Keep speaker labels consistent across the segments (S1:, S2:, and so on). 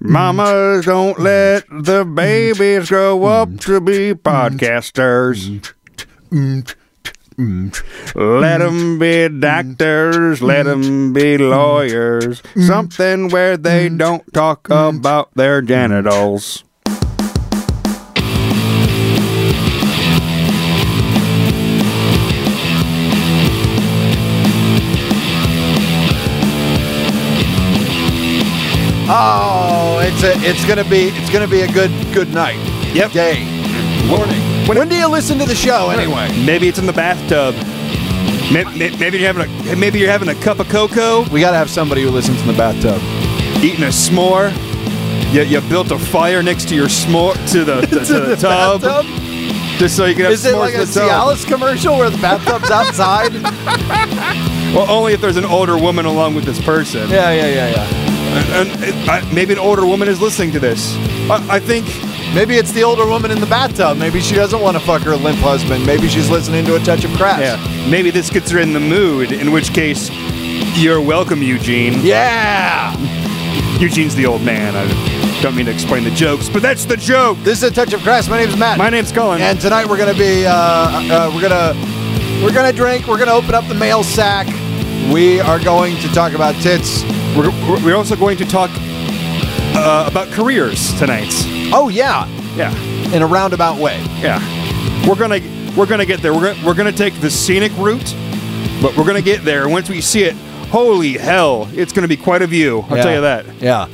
S1: Mamas don't let the babies grow up to be podcasters. Let 'em be doctors, let 'em be lawyers. Something where they don't talk about their genitals.
S2: Oh, it's a, it's gonna be, it's gonna be a good, good night.
S3: Yep.
S2: Day. Morning. When, do you listen to the show anyway?
S3: Maybe it's in the bathtub. May- may- Maybe you're having a maybe you're having a cup of cocoa,
S2: We gotta have somebody who listens in the bathtub.
S3: eating a s'more. You, you built a fire next to your s'more to the, to, to the tub, just so you can have
S2: Is it
S3: s'mores
S2: like
S3: in
S2: a
S3: the tub.
S2: Cialis commercial where the bathtub's outside?
S3: Well, only if there's an older woman along with this person.
S2: yeah, yeah, yeah, yeah.
S3: And, and, uh, maybe an older woman is listening to this. I, I think
S2: Maybe it's the older woman in the bathtub. Maybe she doesn't want to fuck her limp husband. Maybe she's listening to a touch of crash.
S3: yeah, maybe this gets her in the mood. In which case, you're welcome, Eugene.
S2: Yeah!
S3: Eugene's the old man. I don't mean to explain the jokes, but that's the joke.
S2: This is a touch of crash. My name's Matt.
S3: My name's Cullen.
S2: And tonight we're gonna be, uh, uh, we're gonna, we're gonna drink. We're gonna open up the mail sack. We are going to talk about tits.
S3: We're, we're- we're also going to talk uh, about careers tonight.
S2: Oh yeah,
S3: Yeah,
S2: in a roundabout way.
S3: yeah. We're gonna we're gonna get there. We're gonna, we're gonna take the scenic route, but we're gonna get there. And once we see it, holy hell, it's gonna be quite a view. I'll tell you that.
S2: Yeah.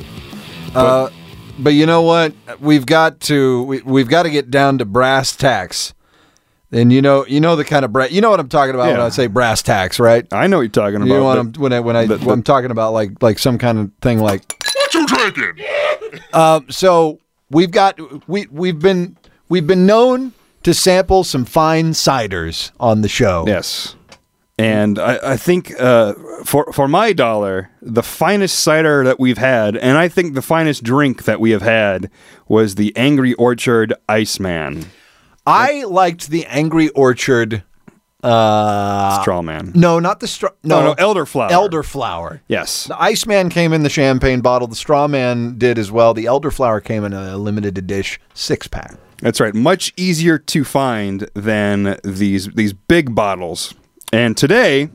S2: uh, but you know what? We've got to we, we've got to get down to brass tacks. And you know you know the kind of brass you know what I'm talking about when
S3: Yeah.
S2: I say brass tacks, right?
S3: I know what you're talking about.
S2: You know what
S3: but-
S2: I'm when I when I
S3: but-
S2: when I'm talking about like like some kind of thing like what you drinking? Um, so we've got we we've been we've been known to sample some fine ciders on the show.
S3: Yes. And I, I think uh, for for my dollar, the finest cider that we've had, and I think the finest drink that we have had, was the Angry Orchard Iceman
S2: I liked the Angry Orchard. Uh,
S3: Straw Man.
S2: no, not the straw.
S3: No,
S2: Oh, No,
S3: Oh, no, elderflower.
S2: elderflower.
S3: Yes.
S2: The Iceman came in the champagne bottle. The straw man did as well. The elderflower came in a limited edition six pack.
S3: That's right. Much easier to find than these these big bottles. And today,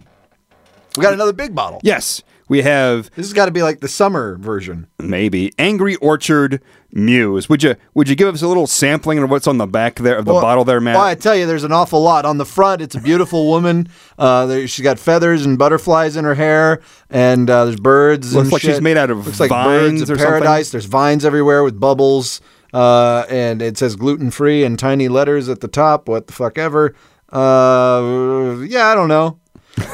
S2: We got another big bottle.
S3: yes, we have
S2: This has got to be like the summer version.
S3: maybe Angry Orchard Muse. Would you would you give us a little sampling of what's on the back there of the bottle there, Matt?
S2: Well, I tell you, there's an awful lot. On the front, it's a beautiful woman. Uh, there, she's got feathers and butterflies in her hair, and uh, there's birds.
S3: Looks
S2: and
S3: like she's
S2: shit.
S3: made out of
S2: Looks like
S3: vines
S2: birds
S3: or
S2: of
S3: something.
S2: paradise. There's vines everywhere with bubbles, uh, and it says gluten free in tiny letters at the top. What the fuck ever. Uh, yeah, I don't know.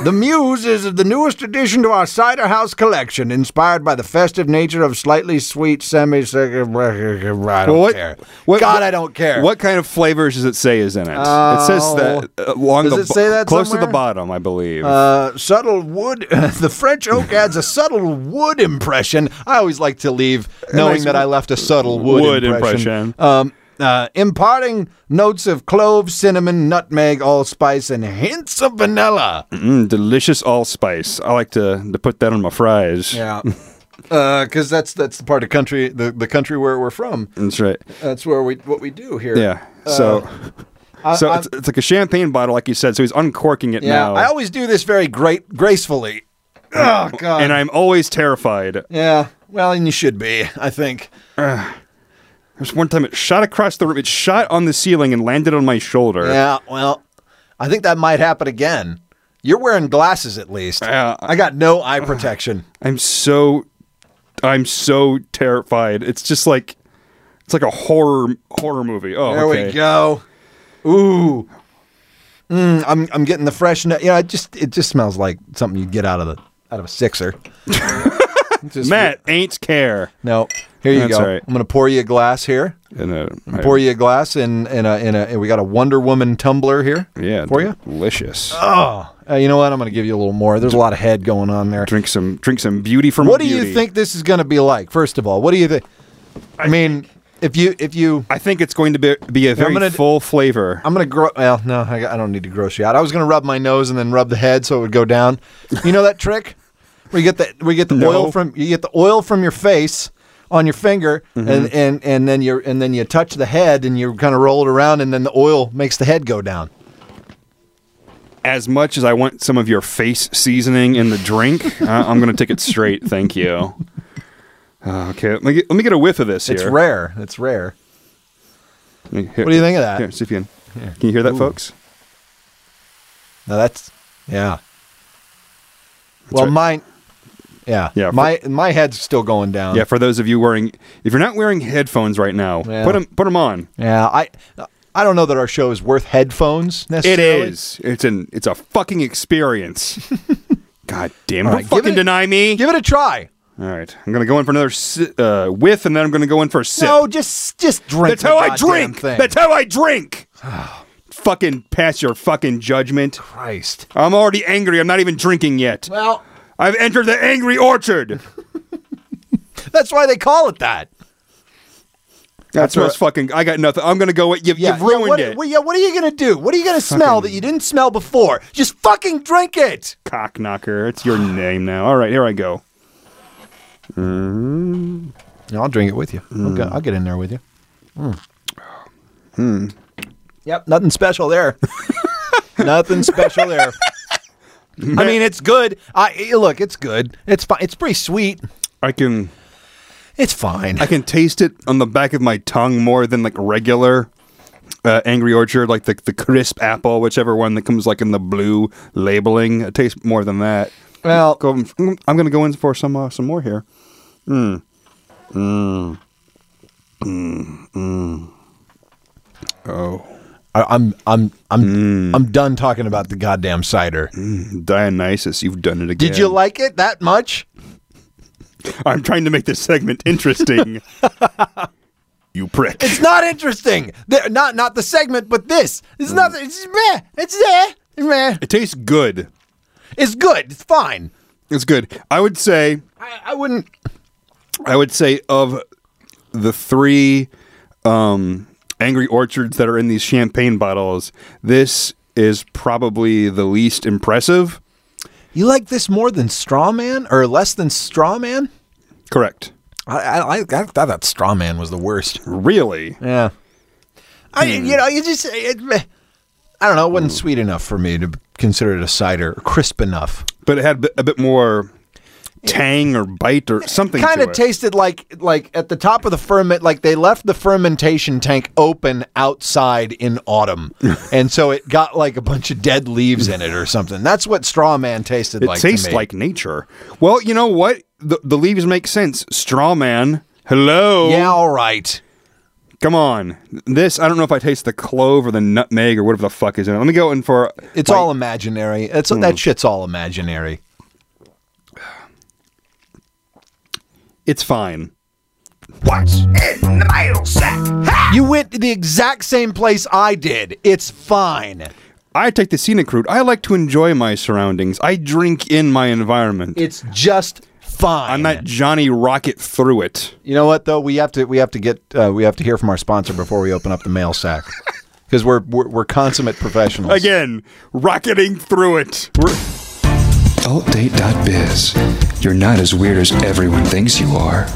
S2: the Muse is the newest addition to our cider house collection, inspired by the festive nature of slightly sweet semi. I don't
S3: what-
S2: care.
S3: what-
S2: God,
S3: what-
S2: I don't care. Oh.
S3: What kind of flavors does it say is in it? it says that uh, along
S2: Does
S3: the
S2: it say that
S3: close to
S2: somewhere?
S3: the bottom, I believe.
S2: Uh, subtle wood. the French oak adds a subtle wood impression. I always like to leave knowing
S3: nice
S2: that I left a subtle wood,
S3: wood impression.
S2: impression. Um, uh, imparting notes of clove, cinnamon, nutmeg, allspice, and hints of vanilla.
S3: mm, delicious allspice. I like to, to put that on my fries.
S2: Yeah, because Uh, that's that's the part of country the, the country where we're from.
S3: That's right.
S2: That's where we what we do here.
S3: Yeah. So,
S2: I-
S3: so
S2: I'm-
S3: it's, it's like a champagne bottle, like you said. So he's uncorking it
S2: yeah.
S3: now,
S2: I always do this very great gracefully. Oh God.
S3: and I'm always terrified.
S2: yeah. Well, and you should be, I think.
S3: There's one time it shot across the room. It shot on the ceiling and landed on my shoulder.
S2: Yeah, well, I think that might happen again. You're wearing glasses at least.
S3: Yeah.
S2: I got no eye protection.
S3: I'm so, I'm so terrified. It's just like, it's like a horror horror movie. Oh,
S2: There
S3: okay.
S2: we go. Ooh. Mm, I'm I'm getting the fresh nut. You know, it just it just smells like something you'd get out of the out of a sixer. Just-
S3: Matt ain't care.
S2: No. Here you
S3: That's
S2: go.
S3: all right.
S2: I'm gonna pour you a glass here.
S3: And, uh, I-
S2: Pour you a glass in in a in a and we got a Wonder Woman tumbler here.
S3: Yeah,
S2: For you.
S3: delicious.
S2: Uh, you know what? I'm gonna give you a little more. There's a lot of head going on there.
S3: drink some, drink some beauty from.
S2: What do
S3: beauty.
S2: you think this is going to be like? First of all, what do you think? I mean, if you if you,
S3: I think it's going to be, be a very
S2: gonna-
S3: full flavor.
S2: I'm going to grow. Well, no, I, I don't need to gross you out. I was going to rub my nose and then rub the head so it would go down. You know that trick? We get the we get the
S3: No.
S2: oil from you get the oil from your face on your finger,
S3: Mm-hmm.
S2: and, and and then you and then you touch the head, and you kind of roll it around, and then the oil makes the head go down.
S3: As much as I want some of your face seasoning in the drink, I, I'm going to take it straight. Thank you. Uh, okay, let me, get, let me get a whiff of this here.
S2: It's rare. It's rare.
S3: Here- here-
S2: What do you think of that?
S3: Here, see if you can. Can you hear that, folks?
S2: Now that's yeah. well,
S3: right.
S2: mine. Yeah.
S3: Yeah, for-
S2: My my head's still going down.
S3: Yeah, for those of you wearing, if you're not wearing headphones right now,
S2: Yeah.
S3: put them put them on.
S2: Yeah. I I don't know that our show is worth headphones
S3: It
S2: necessarily.
S3: is. It's an it's a fucking experience. God damn it!
S2: All
S3: Don't
S2: right, give
S3: fucking
S2: it-
S3: deny me.
S2: Give it a try.
S3: All right, I'm gonna go in for another si- uh, whiff, and then I'm gonna go in for a sip.
S2: No, just just drink.
S3: That's how
S2: the
S3: I
S2: goddamn
S3: drink.
S2: Thing.
S3: That's how I drink. fucking pass your fucking judgment.
S2: Christ.
S3: I'm already angry. I'm not even drinking yet.
S2: Well,
S3: I've entered the angry orchard.
S2: that's why they call it that.
S3: That's
S2: After
S3: what's fucking. I got nothing. I'm gonna go. with- You, You've ruined
S2: what,
S3: it.
S2: Well, yeah, what are you gonna do? What are you gonna smell that you didn't smell before? Just fucking drink it.
S3: cock knocker. It's your name now. All right, here I go.
S2: No, I'll drink it with you.
S3: Mm.
S2: Okay, I'll get in there with you. Mm.
S3: Hmm.
S2: Yep, nothing special there. nothing special there. I mean, it's good. I eh, look, it's good. It's fine. It's pretty sweet.
S3: I can
S2: It's fine.
S3: I can taste it on the back of my tongue more than like regular uh, Angry Orchard, like the the crisp apple, whichever one that comes like in the blue labeling. It tastes more than that.
S2: well,
S3: Go, I'm gonna go in for some uh, some more here. Mm. Mm. Oh,
S2: I, I'm I'm I'm
S3: Hmm.
S2: I'm done talking about the goddamn cider.
S3: Dionysus, you've done it again.
S2: Did you like it that much?
S3: I'm trying to make this segment interesting. you prick.
S2: It's not interesting. They're not not the segment, but this.
S3: Hmm.
S2: It's not. It's meh. It's there. Meh.
S3: it tastes good.
S2: It's good. It's fine.
S3: It's good. I would say
S2: I, I wouldn't.
S3: I would say of the three um, Angry Orchards that are in these champagne bottles, this is probably the least impressive.
S2: You like this more than Straw Man or less than Straw Man?
S3: Correct.
S2: I I, I, I thought that Straw Man was the worst.
S3: Really?
S2: Yeah. I
S3: Hmm.
S2: you know you just it, meh. I don't know. It wasn't sweet enough for me to consider it a cider. Or crisp enough.
S3: But it had a bit- a bit more tang or bite or something.
S2: Kind
S3: to
S2: of
S3: it.
S2: tasted like like at the top of the ferment, like they left the fermentation tank open outside in autumn, and so it got like a bunch of dead leaves in it or something. That's what Straw Man tasted
S3: It
S2: like. to
S3: tastes
S2: me.
S3: like nature. Well, you know what? The, the leaves make sense. Straw man. Hello.
S2: yeah, all right.
S3: Come on. This, I don't know if I taste the clove or the nutmeg or whatever the fuck is in it. Let me go in for.
S2: It's all imaginary. It's
S3: Hmm.
S2: that shit's all imaginary.
S3: It's fine.
S4: What's in the mail sack? Ha!
S2: You went to the exact same place I did. It's fine.
S3: I take the scenic route. I like to enjoy my surroundings. I drink in my environment.
S2: It's just fine.
S3: I'm not Johnny Rocket through it.
S2: You know what though? We have to we have to get uh, we have to hear from our sponsor before we open up the mail sack because we're, we're we're consummate professionals.
S3: Again, rocketing through it. We're-
S5: Altdate.biz. You're not as weird as everyone thinks you are.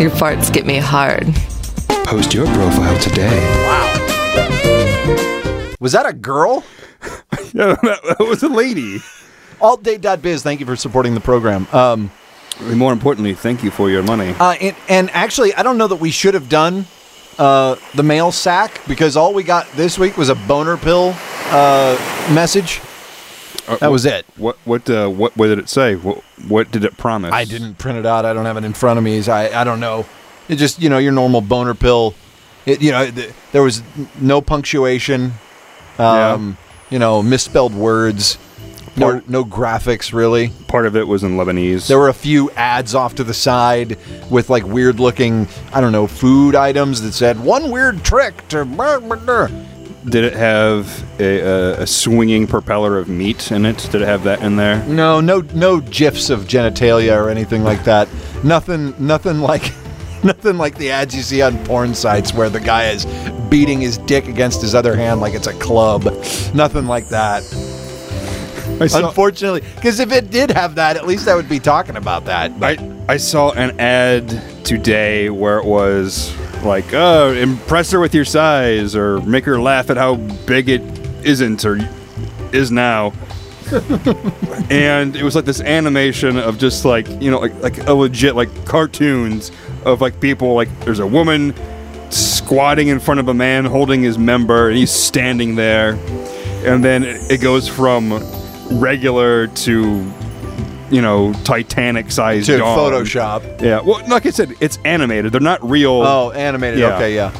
S6: Your farts get me hard.
S5: Post your profile today.
S2: Was that a girl?
S3: Yeah, that, that was a lady.
S2: Altdate.biz. Thank you for supporting the program. Um,
S3: And more importantly, thank you for your money.
S2: uh, and, and actually, I don't know that we should have done uh, the mail sack because all we got this week was a boner pill uh, message. That was it.
S3: What what uh, what, what did it say? What, what did it promise?
S2: I didn't print it out. I don't have it in front of me. So I, I don't know. It just, you know, your normal boner pill. It, you know, th- there was n- no punctuation,
S3: Yeah.
S2: um, you know, misspelled words, no, no graphics really.
S3: Part of it was in Lebanese.
S2: There were a few ads off to the side with like weird looking, I don't know, food items that said one weird trick to. blah, blah, blah."
S3: Did it have a, a, a swinging propeller of meat in it? Did it have that in there?
S2: No, no, no gifs of genitalia or anything like that. Nothing, nothing like, nothing like the ads you see on porn sites where the guy is beating his dick against his other hand like it's a club. Nothing like that.
S3: I saw,
S2: Unfortunately, because if it did have that, at least I would be talking about that. But
S3: I, I saw an ad today where it was like, oh, impress her with your size or make her laugh at how big it isn't or is now. and it was like this animation of just like, you know, like, like a legit like cartoons of like people like there's a woman squatting in front of a man holding his member and he's standing there. And then it it goes from regular to you know, Titanic sized
S2: to Photoshop.
S3: yeah. Well, like I said, it's animated. They're not real.
S2: Oh, animated.
S3: Yeah.
S2: Okay, yeah.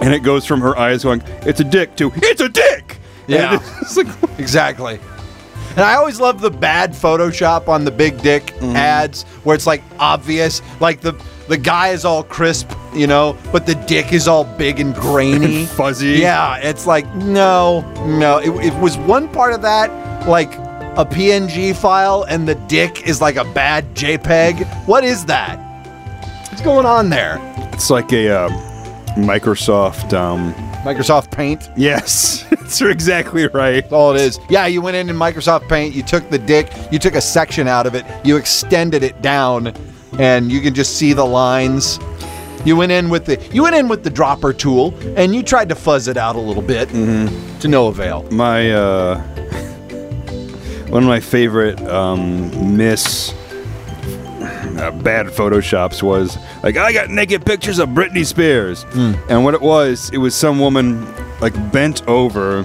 S3: And it goes from her eyes going, "It's a dick" to "It's a dick." And
S2: Yeah.
S3: it's like
S2: Exactly. And I always love the bad Photoshop on the big dick ads where it's like obvious, like the the guy is all crisp, you know, but the dick is all big and grainy,
S3: fuzzy.
S2: Yeah, it's like no, no. It, it was one part of that like a PNG file, and the dick is like a bad JPEG. What is that? What's going on there?
S3: it's like a um, Microsoft. Um,
S2: Microsoft Paint.
S3: yes, that's exactly right.
S2: That's all it is. Yeah, you went in in Microsoft Paint, you took the dick, you took a section out of it, you extended it down, and you can just see the lines. You went in with the you went in with the dropper tool, and you tried to fuzz it out a little bit, to no avail.
S3: My uh, one of my favorite um, miss. Uh, bad photoshops was like I got naked pictures of Britney Spears, and what it was, it was some woman like bent over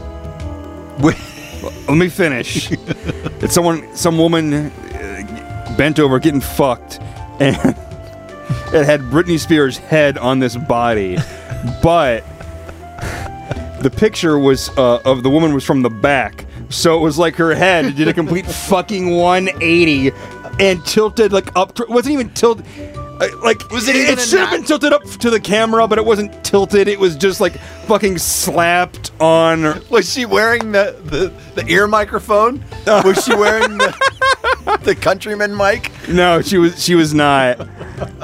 S3: let me finish. it's someone, some woman uh, bent over getting fucked, and it had Britney Spears' head on this body, but the picture was uh, of the woman was from the back, so it was like her head did a complete fucking 180 and tilted like up. To, wasn't even tilted. uh, Like
S2: Was it
S3: it,
S2: even a
S3: should have
S2: knack?
S3: been tilted up to the camera, but it wasn't tilted. It was just like fucking slapped on
S2: Was she wearing the the, the ear microphone? Was she wearing the the countryman mic?
S3: No, she was she was not.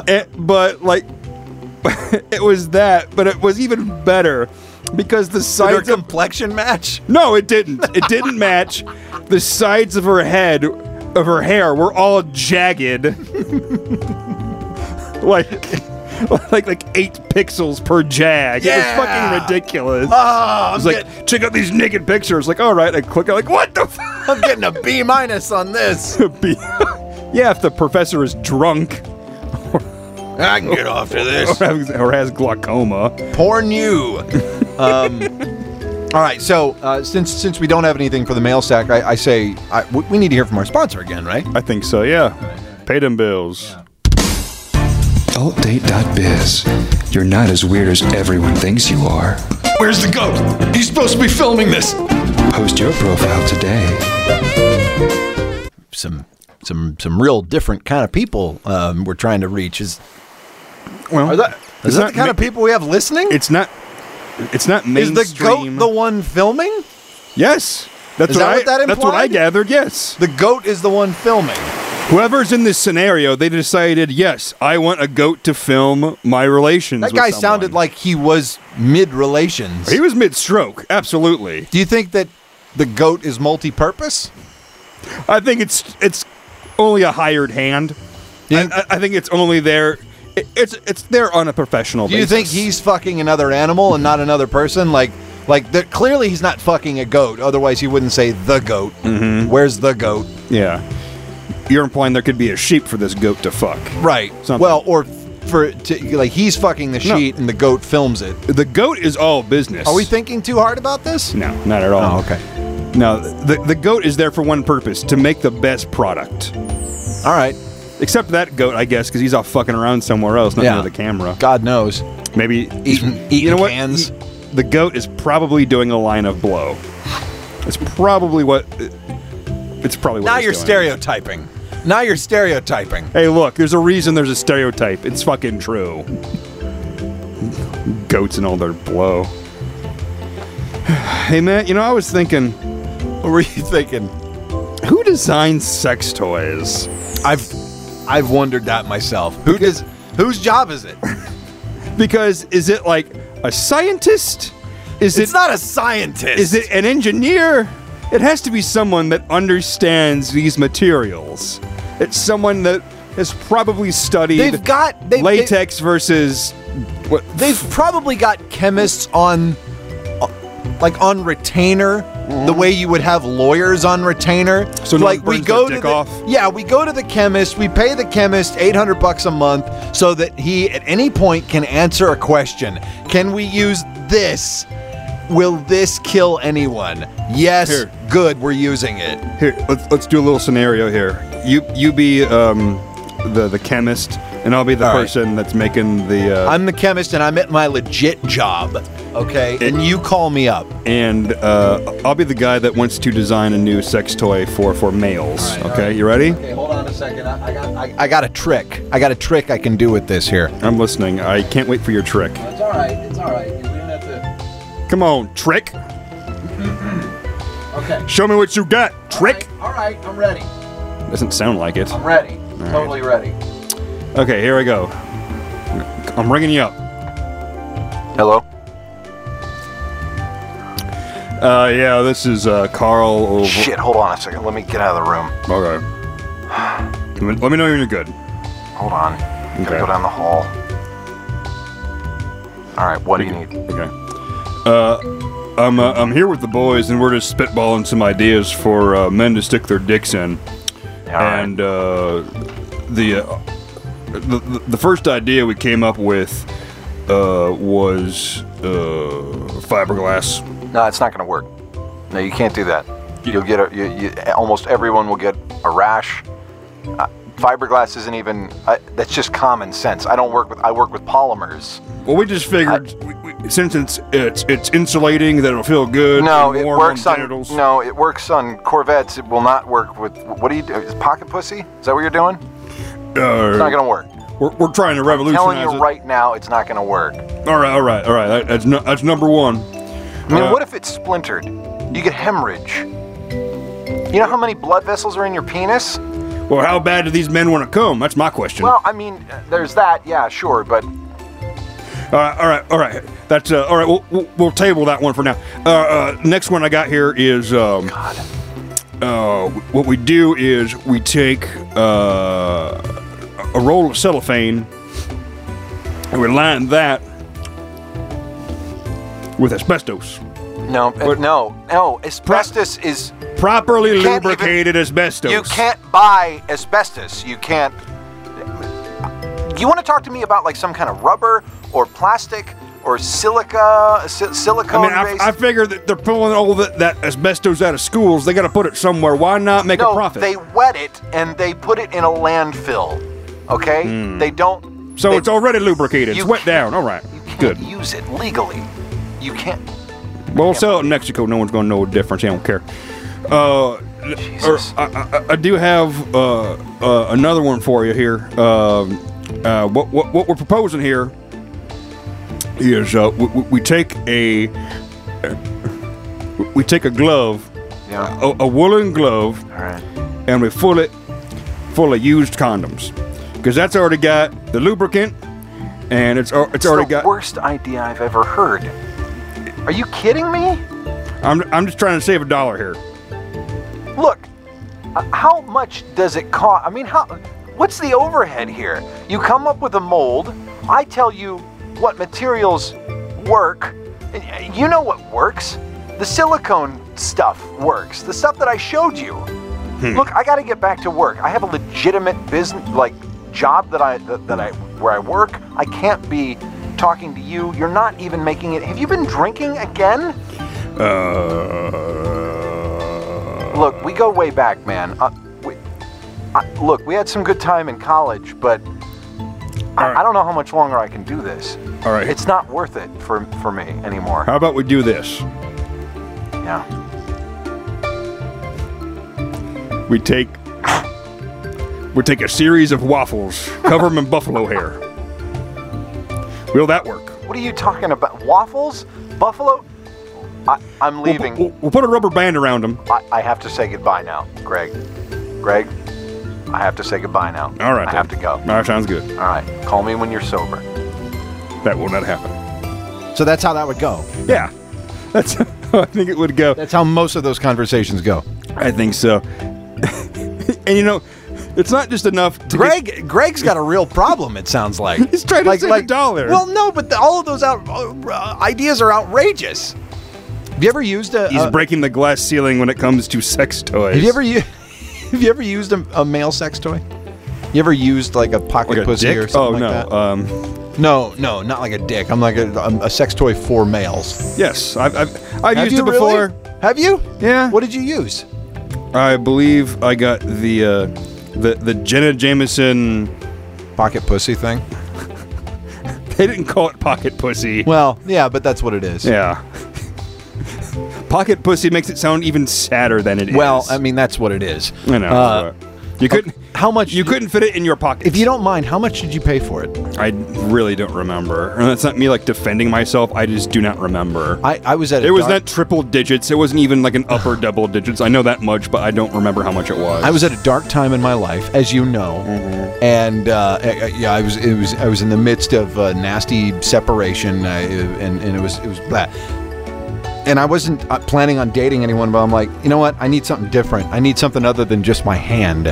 S3: It, but like, it was that. But it was even better because the
S2: Did her
S3: sides of
S2: complexion match?
S3: no, it didn't. It didn't match. The sides of her head, of her hair, were all jagged, like like like eight pixels per jag. It was
S2: Yeah.
S3: fucking ridiculous.
S2: Oh,
S3: I
S2: I'm,
S3: was like,
S2: get-
S3: check out these naked pictures. Like, all right, I click. I'm like, what the? F-?
S2: I'm getting a B minus on this.
S3: yeah, if the professor is drunk
S2: I can get off to this.
S3: or has- or has glaucoma.
S2: porn you. um, all right, so uh, since since we don't have anything for the mail sack, I, I say I, we- we need to hear from our sponsor again, right?
S3: I think so, yeah. Pay them bills.
S5: Altdate.biz. You're not as weird as everyone thinks you are.
S7: Where's the goat? He's supposed to be filming this.
S5: Post your profile today.
S2: Some some some real different kind of people um, we're trying to reach. Is
S3: Well,
S2: are that,
S3: it's
S2: is that
S3: not
S2: the kind
S3: ma-
S2: of people we have listening?
S3: It's not. It's not
S2: Is
S3: mainstream.
S2: the goat the one filming?
S3: yes? That's
S2: Is
S3: what
S2: that
S3: I.
S2: what that
S3: that's what I
S2: implied?
S3: gathered. Yes.
S2: The goat is the one filming.
S3: Whoever's in this scenario, they decided. Yes, I want a goat to film my relations.
S2: That
S3: with
S2: guy
S3: someone.
S2: sounded like he was mid relations.
S3: he was mid-stroke. Absolutely.
S2: Do you think that the goat is multi-purpose?
S3: I think it's it's only a hired hand.
S2: Do you-
S3: I, I- I think it's only there. it- It's it's there on a professional.
S2: Do you think
S3: basis.
S2: he's fucking another animal and not another person? Like, like the, clearly he's not fucking a goat. Otherwise, he wouldn't say the goat. Where's the goat?
S3: Yeah. You're implying there could be a sheep for this goat to fuck.
S2: Right.
S3: Something.
S2: Well, or for to, like he's fucking the
S3: No.
S2: sheet and the goat films it.
S3: The goat is all business.
S2: Are we thinking too hard about this?
S3: No, not at all.
S2: Oh, okay.
S3: No, the, the goat is there for one purpose to make the best product.
S2: All right.
S3: Except that goat, I guess, because he's off fucking around somewhere else, not
S2: Yeah.
S3: near the camera.
S2: God knows.
S3: Maybe
S2: Eating- eating
S3: you know what?
S2: cans.
S3: He- the goat is probably doing a line of blow. It's probably what. It's probably what
S2: Now
S3: he's
S2: you're
S3: doing.
S2: stereotyping. Now you're stereotyping.
S3: Hey, look, there's a reason there's a stereotype. It's fucking true. Goats and all their blow. Hey, Matt, you know, I was thinking,
S2: What were you thinking?
S3: who designs sex toys?
S2: I've I've wondered that myself. Who does? Whose job is it?
S3: Because is it like a scientist? Is
S2: It's
S3: it
S2: not a scientist.
S3: is it an engineer? It has to be someone that understands these materials. It's someone that has probably studied
S2: They've got- they-
S3: latex versus what
S2: They've probably got chemists on, uh, like on retainer, the way you would have lawyers on retainer.
S3: Mm-hmm. So no one
S2: like
S3: burns their dick
S2: to the,
S3: off?
S2: yeah, we go to the chemist. We pay the chemist eight hundred bucks a month so that he at any point can answer a question. Can we use this? Will this kill anyone? Yes.
S3: Here.
S2: Good. We're using it.
S3: Here, let's, let's do a little scenario here. You you be um, the the chemist, and I'll be the
S2: All right.
S3: person that's making the. Uh,
S2: I'm the chemist and I'm at my legit job. Okay. and you call me up.
S3: and uh, I'll be the guy that wants to design a new sex toy for for males.
S2: All right,
S3: okay,
S2: all right.
S3: you ready?
S2: Okay, hold on a second. I, I got I, I got a trick. I got a trick I can do with this here.
S3: I'm listening. I can't wait for your trick.
S2: It's all right. It's all right. You don't have to.
S3: Come on, trick!
S2: Okay.
S3: Show me what you got, trick!
S2: All right. I'm ready.
S3: Doesn't sound like it.
S2: I'm ready. Totally ready.
S3: Okay, here I go. I'm ringing you up.
S8: Hello?
S3: Uh, yeah, this is uh, Carl. Over-
S8: Shit, hold on a second. Let me get out of the room.
S3: Okay. Let me- Let me know when you're good.
S8: Hold on. Gotta
S3: Okay.
S8: go down the hall. Alright, what do you need?
S3: Okay. Uh, I'm uh, I'm here with the boys, and we're just spitballing some ideas for uh, men to stick their dicks in.
S8: Alright.
S3: And uh, the, uh, the the- the first idea we came up with uh, was uh, fiberglass.
S8: No, it's not gonna work. No, you can't do that. You'll get a. You, you, almost everyone will get a rash. Uh, fiberglass isn't even. I that's just common sense. I don't work with. I work with polymers.
S3: Well, we just figured we, we, since it's it's it's insulating, that it'll feel good.
S8: No,
S3: and
S8: it
S3: warm
S8: works
S3: on
S8: on.
S3: genitals.
S8: No, it works on Corvettes. It will not work with. What do you do? Is pocket pussy? Is that what you're doing? It's
S3: Uh,
S8: not gonna work.
S3: we're, we're trying to
S8: Telling
S3: revolutionize
S8: you
S3: it.
S8: right now, it's not gonna work.
S3: All right, all right, all right. That, that's no, that's number one.
S8: I mean,
S3: Uh,
S8: what if it's splintered? You get hemorrhage. You know how many blood vessels are in your penis?
S3: Well, how bad do these men want to come? That's my question.
S8: Well, I mean, uh, there's that, yeah, sure, but
S3: All right, all right, all right. That's uh, all right. We'll, we'll, we'll table that one for now. Uh, uh, next one I got here is um, God. Uh, what we do is we take uh, a roll of cellophane and we line that with asbestos,
S8: no, uh,
S3: What-
S8: no, no. Asbestos is.
S3: properly
S8: You can't even-
S3: lubricated asbestos.
S8: You can't buy asbestos. You can't. You want to talk to me about like some kind of rubber or plastic or silica, si- silicone
S3: I mean, I,
S8: based?
S3: I figure that they're pulling all that, that asbestos out of schools. They got to put it somewhere. Why not make a
S8: no,
S3: profit?
S8: they wet it and they put it in a landfill. Okay,
S3: Hmm.
S8: they don't.
S3: so
S8: they-
S3: it's already lubricated. It's
S8: you
S3: wet
S8: can't-
S3: down. All right.
S8: You can't
S3: Good.
S8: use it legally. You can't.
S3: Well, we'll sell it in Mexico. No one's going to know the difference. I don't care. Uh, or, uh,
S8: Jesus.
S3: I, I, I do have uh, uh, another one for you here. Um, uh, what, what, what we're proposing here is uh, we, we- we take a we take a glove,
S8: Yeah.
S3: a, a woolen glove,
S8: All right.
S3: and we fill it full of used condoms because that's already got the lubricant and it's al- it's
S8: It's
S3: already
S8: the
S3: got.
S8: worst idea I've ever heard. Are you kidding me?
S3: I'm I'm just trying to save a dollar here.
S8: Look, uh, how much does it cost? I mean, how? What's the overhead here? You come up with a mold. I tell you what materials work. and, uh, You know what works. The silicone stuff works. The stuff that I showed you. Look, I got to get back to work. I have a legitimate business, like job that I that, that I where I work. I can't be talking to you. You're not even making it. Have you been drinking again? Look, we go way back, man. Uh, we, I, look, we had some good time in college, but I, I don't know how much longer I can do this.
S3: All right.
S8: It's not worth it for, for me anymore.
S3: How about we do this?
S8: Yeah.
S3: We take we take a series of waffles, cover them in buffalo hair. Will that work?
S8: What are you talking about? Waffles? Buffalo? I, I'm
S3: We'll pu-
S8: leaving.
S3: We'll, we'll put a rubber band around them.
S8: I, I have to say goodbye now, Greg. Greg, I have to say goodbye now.
S3: All right.
S8: I
S3: then.
S8: have to go.
S3: All right, sounds good.
S8: All right. Call me when you're sober.
S3: That will not happen.
S2: So that's how that would go.
S3: Yeah, that's I think it would go.
S2: That's how most of those conversations go.
S3: I think so. and you know, it's not just enough to
S2: Greg, Greg's got a real problem. It sounds like
S3: He's trying to save a dollar.
S2: Well, no, but the, all of those out, uh, ideas are outrageous. Have you ever used a?
S3: Get, he's
S2: a-
S3: breaking the glass ceiling when it comes to sex toys.
S2: Uh, have you ever u- Have you ever used a, a male sex toy? You ever used like a pocket
S3: like a
S2: pussy
S3: dick?
S2: or
S3: oh
S2: something
S3: no.
S2: like that?
S3: Um,
S2: no, no, not like a dick. I'm like a, um, a sex toy for males.
S3: yes, I've I've, I've
S2: Have
S3: used
S2: you
S3: it
S2: really?
S3: before.
S2: Have you?
S3: Yeah.
S2: What did you use?
S3: I believe I got the uh, the the Jenna Jameson.
S2: Pocket pussy thing.
S3: They didn't call it pocket pussy.
S2: Well, yeah, but that's what it is.
S3: Yeah. Pocket pussy makes it sound even sadder than it is.
S2: Well, I mean, that's what it is.
S3: I know.
S2: Uh,
S3: you couldn't.
S2: how much
S3: You
S2: did-
S3: couldn't fit it in your pocket.
S2: If you don't mind, how much did you pay for it?
S3: I really don't remember. And that's not me like defending myself. I just do not remember.
S2: I, I was at a
S3: it was
S2: dark-
S3: not triple digits. It wasn't even like an upper double digits. I know that much, but I don't remember how much it was.
S2: I was at a dark time in my life, as you know,
S3: Mm-hmm.
S2: and uh, I- I- yeah, I was it was I was in the midst of uh, nasty separation, uh, and, and it was it was blah. And I wasn't uh, planning on dating anyone, but I'm like, you know what? I need something different. I need something other than just my hand.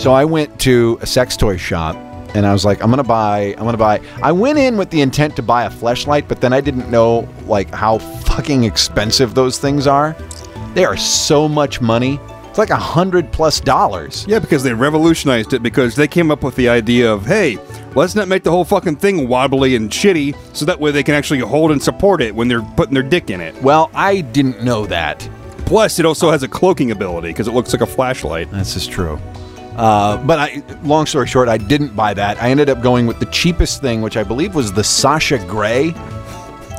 S2: So I went to a sex toy shop, and I was like, I'm gonna buy, I'm gonna buy. I went in with the intent to buy a flashlight, but then I didn't know like how fucking expensive those things are. They are so much money. It's like a hundred plus dollars.
S3: yeah, because they revolutionized it because they came up with the idea of, hey, let's not make the whole fucking thing wobbly and shitty so that way they can actually hold and support it when they're putting their dick in it.
S2: Well, I didn't know that.
S3: Plus, it also has a cloaking ability because it looks like a flashlight.
S2: This is true. Uh, but I, long story short, I didn't buy that. I ended up going with the cheapest thing, which I believe was the Sasha Grey.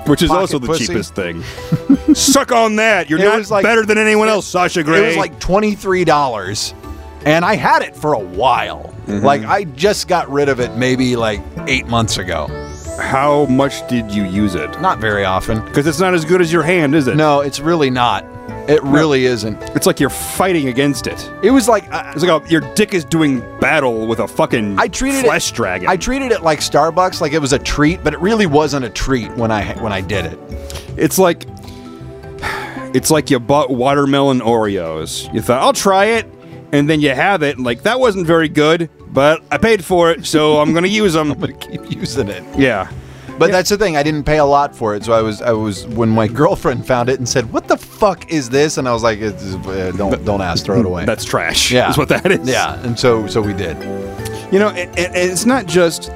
S3: Which is
S2: Pocket
S3: also the
S2: pussy.
S3: cheapest thing. Suck on that. You're
S2: It
S3: not
S2: was like-
S3: better than anyone else, Sasha Grey.
S2: It was like twenty three dollars, and I had it for a while.
S3: Mm-hmm.
S2: Like I just got rid of it maybe like eight months ago.
S3: how much did you use it?
S2: Not very often.
S3: Because it's not as good as your hand, is it?
S2: No, it's really not. It really isn't.
S3: It's like you're fighting against it.
S2: It was like I,
S3: It's like a, your dick is doing battle with a fucking
S2: I treated
S3: flesh
S2: it,
S3: dragon.
S2: I treated it like Starbucks, like it was a treat, but it really wasn't a treat when I when I did it.
S3: it's like it's like you bought watermelon Oreos. You thought I'll try it, and then you have it, and like that wasn't very good, but I paid for it, so I'm gonna use them.
S2: But keep using it.
S3: Yeah.
S2: But that's the thing. I didn't pay a lot for it, so I was I was when my girlfriend found it and said, "What the fuck is this?" and I was like, it's, uh, "Don't don't ask, throw it away."
S3: That's trash.
S2: Yeah.
S3: Is what that is.
S2: Yeah, and so so we did.
S3: You know, it, it, it's not just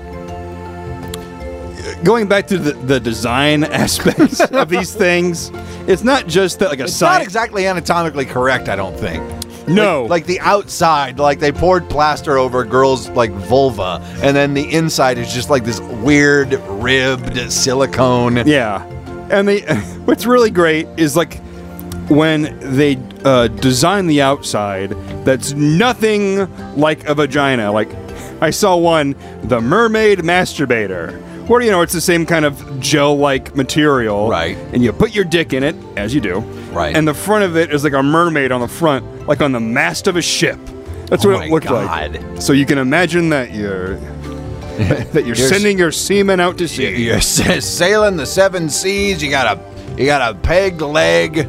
S3: going back to the, the design aspects of these things. It's not just that like a
S2: It's
S3: sci-
S2: not exactly anatomically correct, I don't think.
S3: No.
S2: Like, like the outside, like they poured plaster over a girl's like vulva, and then the inside is just like this weird ribbed silicone.
S3: Yeah, and they what's really great is like when they uh, design the outside that's nothing like a vagina. Like I saw one, the mermaid masturbator. Where you know it's the same kind of gel-like material,
S2: Right.
S3: And you put your dick in it, as you do,
S2: Right.
S3: And the front of it is like a mermaid on the front, like on the mast of a ship. That's
S2: Oh
S3: what
S2: my
S3: it looked
S2: God.
S3: like. So you can imagine that you're that you're sending your semen out to sea.
S2: You're s- sailing the seven seas. You got a you got a peg leg.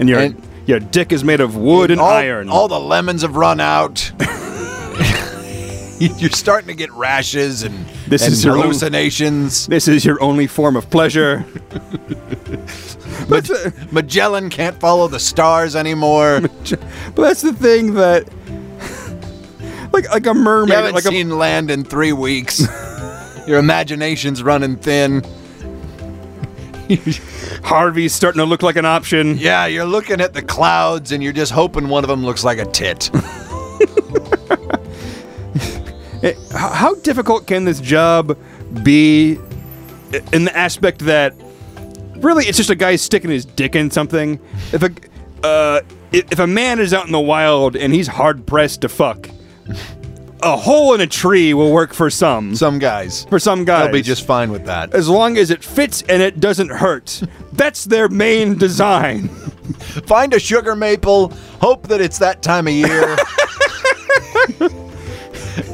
S3: and your
S2: And-
S3: your dick is made of wood and
S2: all,
S3: iron.
S2: All the lemons have run out. You're starting to get rashes and,
S3: This
S2: and
S3: is your own-
S2: hallucinations.
S3: this is your only form of pleasure. but, the-
S2: Magellan can't follow the stars anymore.
S3: but that's the thing that, like like a mermaid,
S2: You haven't
S3: like
S2: seen land in three weeks. Your imagination's running thin.
S3: a Harvey's starting to look like an option.
S2: Yeah, you're looking at the clouds and you're just hoping one of them looks like a tit.
S3: It- how, how difficult can this job be, i- in the aspect that really it's just a guy sticking his dick in something. If a uh, if if a man is out in the wild and he's hard pressed to fuck. A hole in a tree will work for some.
S2: Some guys.
S3: for some guys.
S2: They'll be just fine with that.
S3: as long as it fits and it doesn't hurt. That's their main design.
S2: Find a sugar maple, hope that it's that time of year.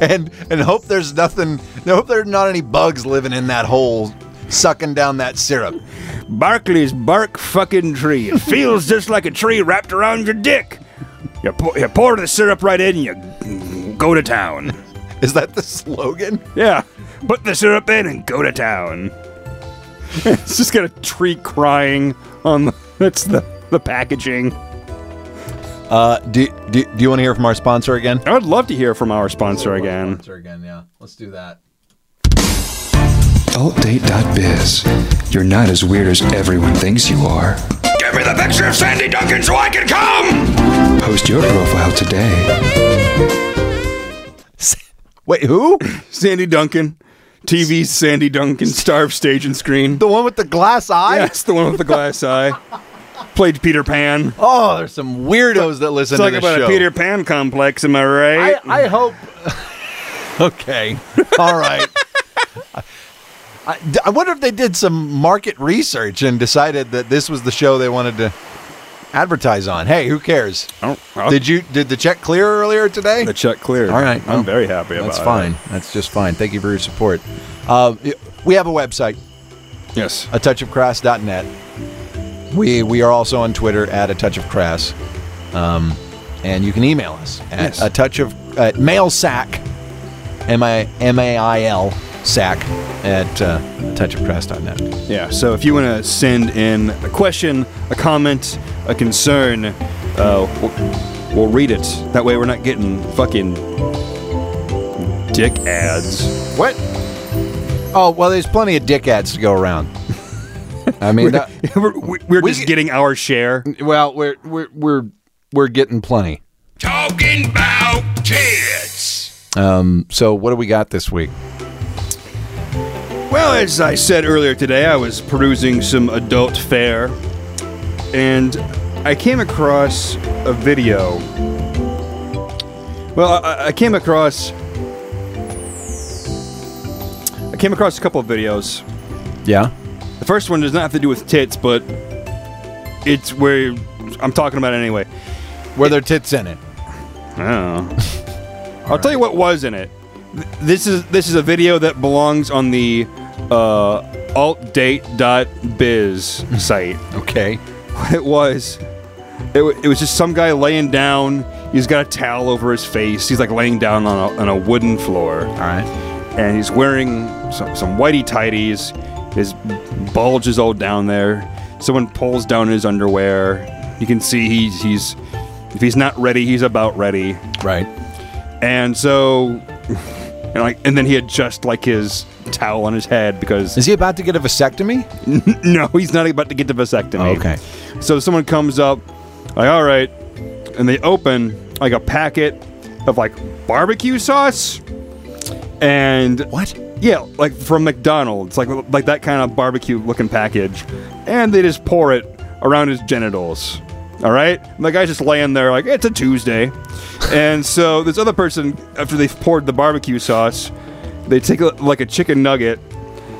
S2: And, and hope there's nothing. Hope there's not any bugs living in that hole sucking down that syrup.
S1: Barkley's bark fucking tree. It feels just like a tree wrapped around your dick. You, pour you pour the syrup right in, you go to town.
S2: Is that the slogan?
S1: Yeah, put the syrup in and go to town.
S3: It's just got a tree crying on the, that's the, the packaging.
S2: Uh, do, do, do you want to hear from our sponsor again?
S3: I would love to hear from our sponsor again.
S2: Sponsor again, yeah. Let's do that.
S5: Altdate.biz. You're not as weird as everyone thinks you are.
S4: Give me the picture of Sandy Duncan so I can come!
S5: Post your profile today.
S2: Wait, who?
S3: Sandy Duncan. TV's Sandy Duncan, Starve Stage and Screen.
S2: the one with the glass eye?
S3: That's the one with the glass eye. Played Peter Pan.
S2: Oh, there's some weirdos that listen
S3: Talk
S2: to this
S3: about
S2: show.
S3: a Peter Pan complex, am I right?
S2: I, I hope. okay. All right. I, I wonder if they did some market research and decided that this was the show they wanted to advertise on. Hey, who cares?
S3: Oh, oh,
S2: Did you did the check clear earlier today?
S3: the check cleared.
S2: All right.
S3: I'm
S2: Oh,
S3: very happy about
S2: That's
S3: it.
S2: fine. That's just fine. Thank you for your support. Uh, y- we have a website,
S3: Yes.
S2: a touchofcrass.net. We we are also on Twitter at a touch of crass, um, and you can email us at
S3: Yes.
S2: a touch of at mailsack, m i m a i l sack at uh, a touch of crass.net.
S3: Yeah, so if you want to send in a question, a comment, a concern, uh, we'll, we'll read it. That way we're not getting fucking dick ads.
S2: What? Oh well, there's plenty of dick ads to go around. I mean, that-
S3: we're we- we're
S2: We
S3: just
S2: get-
S3: getting our share.
S2: well, we're we're we're we're getting plenty.
S4: Talking about kids.
S2: Um, so what do we got this week?
S3: Well, as I said earlier today, I was perusing some adult fare and I came across a video. Well, I, I came across. I came across a couple of videos.
S2: Yeah.
S3: The first one does not have to do with tits, but it's where I'm talking about it anyway.
S2: Were there tits in it?
S3: Oh. I'll tell you what was in it. Th- This is this is a video that belongs on the uh, altdate.biz site.
S2: Okay.
S3: What it was, it, wa- it was just some guy laying down. He's got a towel over his face. He's like laying down on a, on a wooden floor.
S2: All right.
S3: and he's wearing some, some whitey tighties. His bulge is all down there. Someone pulls down his underwear. You can see he's, he's if he's not ready, he's about ready.
S2: Right.
S3: And so, and like, and then he adjusts like his towel on his head because
S2: Is he about to get a vasectomy?
S3: no, he's not about to get the vasectomy.
S2: Okay.
S3: So someone comes up, like, all right, and they open like a packet of like barbecue sauce, and
S2: What?
S3: yeah, like from McDonald's, like like that kind of barbecue looking package, and they just pour it around his genitals. All right, and the guy's just laying there like it's a Tuesday, and so this other person, after they've poured the barbecue sauce, they take a, like a chicken nugget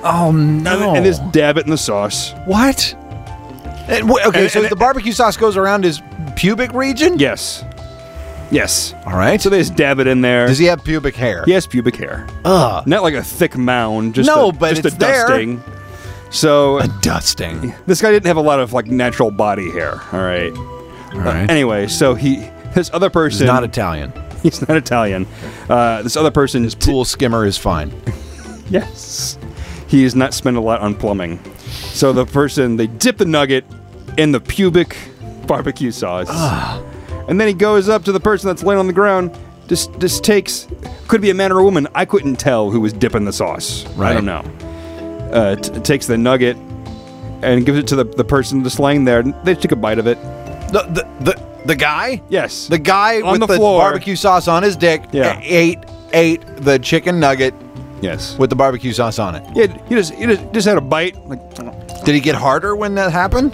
S2: Oh
S3: and,
S2: no!
S3: and just dab it in the sauce.
S2: what? And wh- okay,
S3: And-
S2: so
S3: and-
S2: the barbecue sauce goes around his pubic region.
S3: Yes, yes.
S2: All right.
S3: So they just dab it in there.
S2: Does he have pubic hair?
S3: He has pubic hair. Ugh. Not like a thick mound. Just
S2: No,
S3: a,
S2: but
S3: just
S2: it's
S3: a
S2: there.
S3: dusting. So
S2: Dusting.
S3: this guy didn't have a lot of like natural body hair. All right.
S2: All right.
S3: Anyway, so he this other person
S2: He's not Italian.
S3: he's not Italian. Uh, this other person is
S2: Pool skimmer is fine.
S3: Yes. He has not spent a lot on plumbing. So the person they dip the nugget in the pubic barbecue sauce. and then he goes up to the person that's laying on the ground, just just takes could be a man or a woman, I couldn't tell who was dipping the sauce. I
S2: Right.
S3: don't know. Uh, t- takes the nugget and gives it to the, the person just laying there. They took a bite of it.
S2: The the the, the guy.
S3: Yes.
S2: The guy
S3: On
S2: with
S3: the
S2: the,
S3: floor.
S2: barbecue sauce on his dick.
S3: Yeah.
S2: a- Ate ate the chicken nugget
S3: yes.
S2: with the barbecue sauce on it.
S3: Yeah, he just he just, just had a bite. Like
S2: Did he get harder when that happened?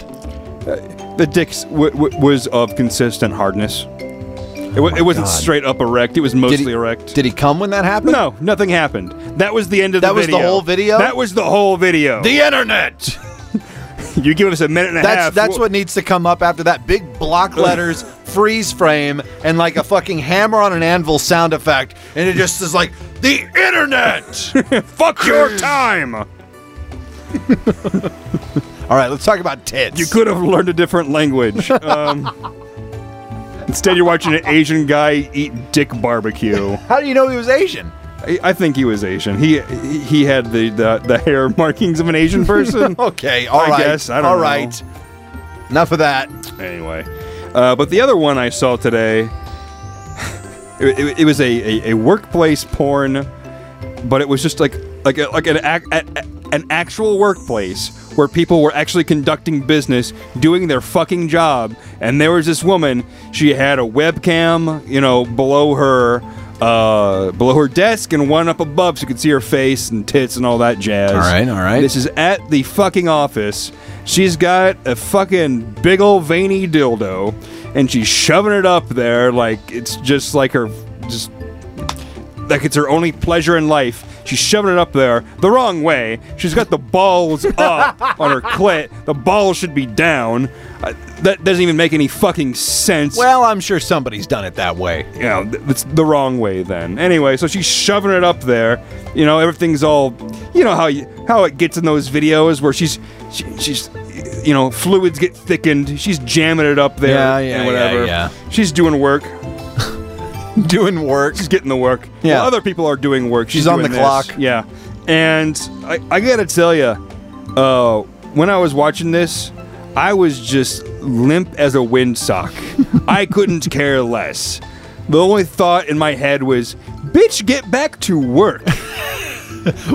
S3: the dick's w- w- was of consistent hardness. It, w- it wasn't
S2: Oh God.
S3: straight up erect. It was mostly
S2: he-
S3: erect.
S2: Did he come when that happened?
S3: no, nothing happened. That was the end of
S2: That
S3: the
S2: was the
S3: video.
S2: whole video?
S3: That was the whole video.
S2: The internet.
S3: you give us a minute and a
S2: That's
S3: half.
S2: that's
S3: we'll-
S2: what needs to come up after that big block letters freeze frame and like a fucking hammer on an anvil sound effect, and it just is like the internet.
S3: Fuck your time.
S2: All right, let's talk about tits.
S3: You could have learned a different language. Um, instead, you're watching an Asian guy eat dick barbecue.
S2: How do you know he was Asian?
S3: I, I think he was Asian. He he he had the, the, the hair markings of an Asian person.
S2: Okay, all right.
S3: I guess. I don't
S2: All
S3: know.
S2: right. Enough of that.
S3: anyway. Uh, but the other one I saw today, it, it, it was a, a, a workplace porn, but it was just like like a, like an ac- a, a- an actual workplace where people were actually conducting business, doing their fucking job, and there was this woman. She had a webcam, you know, below her. Uh, below her desk and one up above so you could see her face and tits and all that jazz.
S2: All right, all right.
S3: This is at the fucking office. She's got a fucking big old veiny dildo, and she's shoving it up there like it's just like her, just like it's her only pleasure in life. She's shoving it up there the wrong way. She's got the balls up on her clit. The balls should be down. Uh, that doesn't even make any fucking sense
S2: Well, I'm sure somebody's done it that way.
S3: you know, th- it's the wrong way then. Anyway, so she's shoving it up there. You know, everything's all, you know how you, how it gets in those videos where she's she, she's you know, fluids get thickened. She's jamming it up there
S2: Yeah, yeah,
S3: and whatever.
S2: yeah,
S3: She's doing work.
S2: Doing work.
S3: She's getting the work.
S2: Yeah.
S3: While other people are doing work. She's,
S2: She's on
S3: doing
S2: the
S3: this.
S2: clock.
S3: Yeah. And I, I gotta tell you, uh, when I was watching this, I was just limp as a windsock. I couldn't care less. The only thought in my head was, "Bitch, get back to work."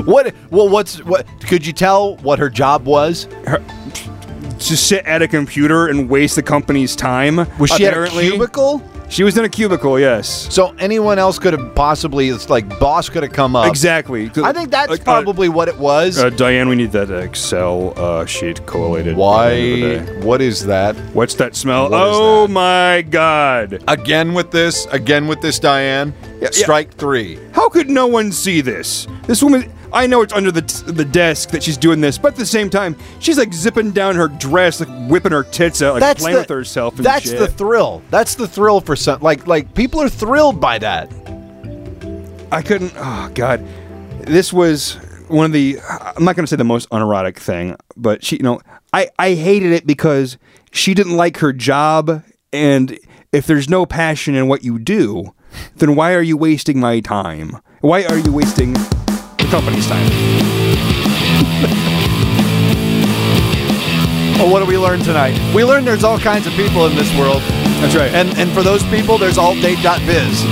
S2: What? Well, what's what? Could you tell what her job was?
S3: to sit at a computer and waste the company's time.
S2: Was she
S3: apparently.
S2: at a cubicle?
S3: She was in a cubicle. Yes.
S2: So anyone else could have possibly, it's like boss could have come up.
S3: Exactly.
S2: I think that's
S3: Like, uh,
S2: probably what it was.
S3: Uh, Diane, we need that Excel uh, sheet collated. by the end of the
S2: Why?
S3: day.
S2: What is that?
S3: What's that smell?
S2: What is
S3: oh
S2: that?
S3: my god.
S2: Again with this. Again with this, Diane.
S3: yeah.
S2: Strike three.
S3: How could no one see this? This woman I know it's under the, the desk that she's doing this, but at the same time, she's like zipping down her dress, like whipping her tits out, like playing with herself and
S2: that's
S3: shit.
S2: the thrill. That's the thrill for some. Like like people are thrilled by that.
S3: I couldn't. Oh God, this was one of the. I'm not going to say the most unerotic thing, but she, you know, I I hated it because she didn't like her job, and if there's no passion in what you do, then why are you wasting my time? Why are you wasting the company's time?
S2: Well, what do we learn tonight? We learned there's all kinds of people in this world,
S3: That's right. And
S2: and and for those people, there's altdate.biz.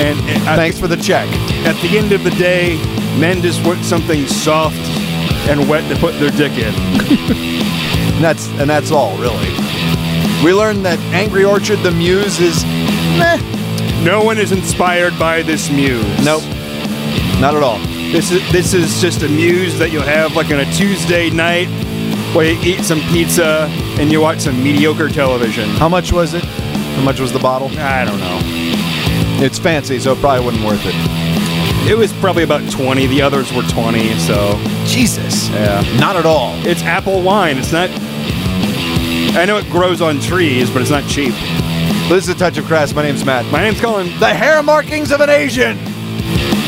S3: and, and at,
S2: Thanks for the check.
S3: at the end of the day, men just want something soft and wet to put their dick in.
S2: And that's and that's all really. We learned that Angry Orchard the Muse is meh.
S3: No one is inspired by this muse.
S2: Nope. Not at all.
S3: This is this is just a muse that you'll have like on a Tuesday night where you eat some pizza and you watch some mediocre television.
S2: How much was it? How much was the bottle?
S3: I don't know.
S2: It's fancy, so it probably wasn't worth it.
S3: It was probably about 20. The others were 20, so
S2: Jesus.
S3: yeah.
S2: Not at all.
S3: It's apple wine. It's not I know it grows on trees, but it's not cheap.
S2: This is a touch of crass. My name's Matt.
S3: My name's Colin.
S2: The hair markings of an Asian.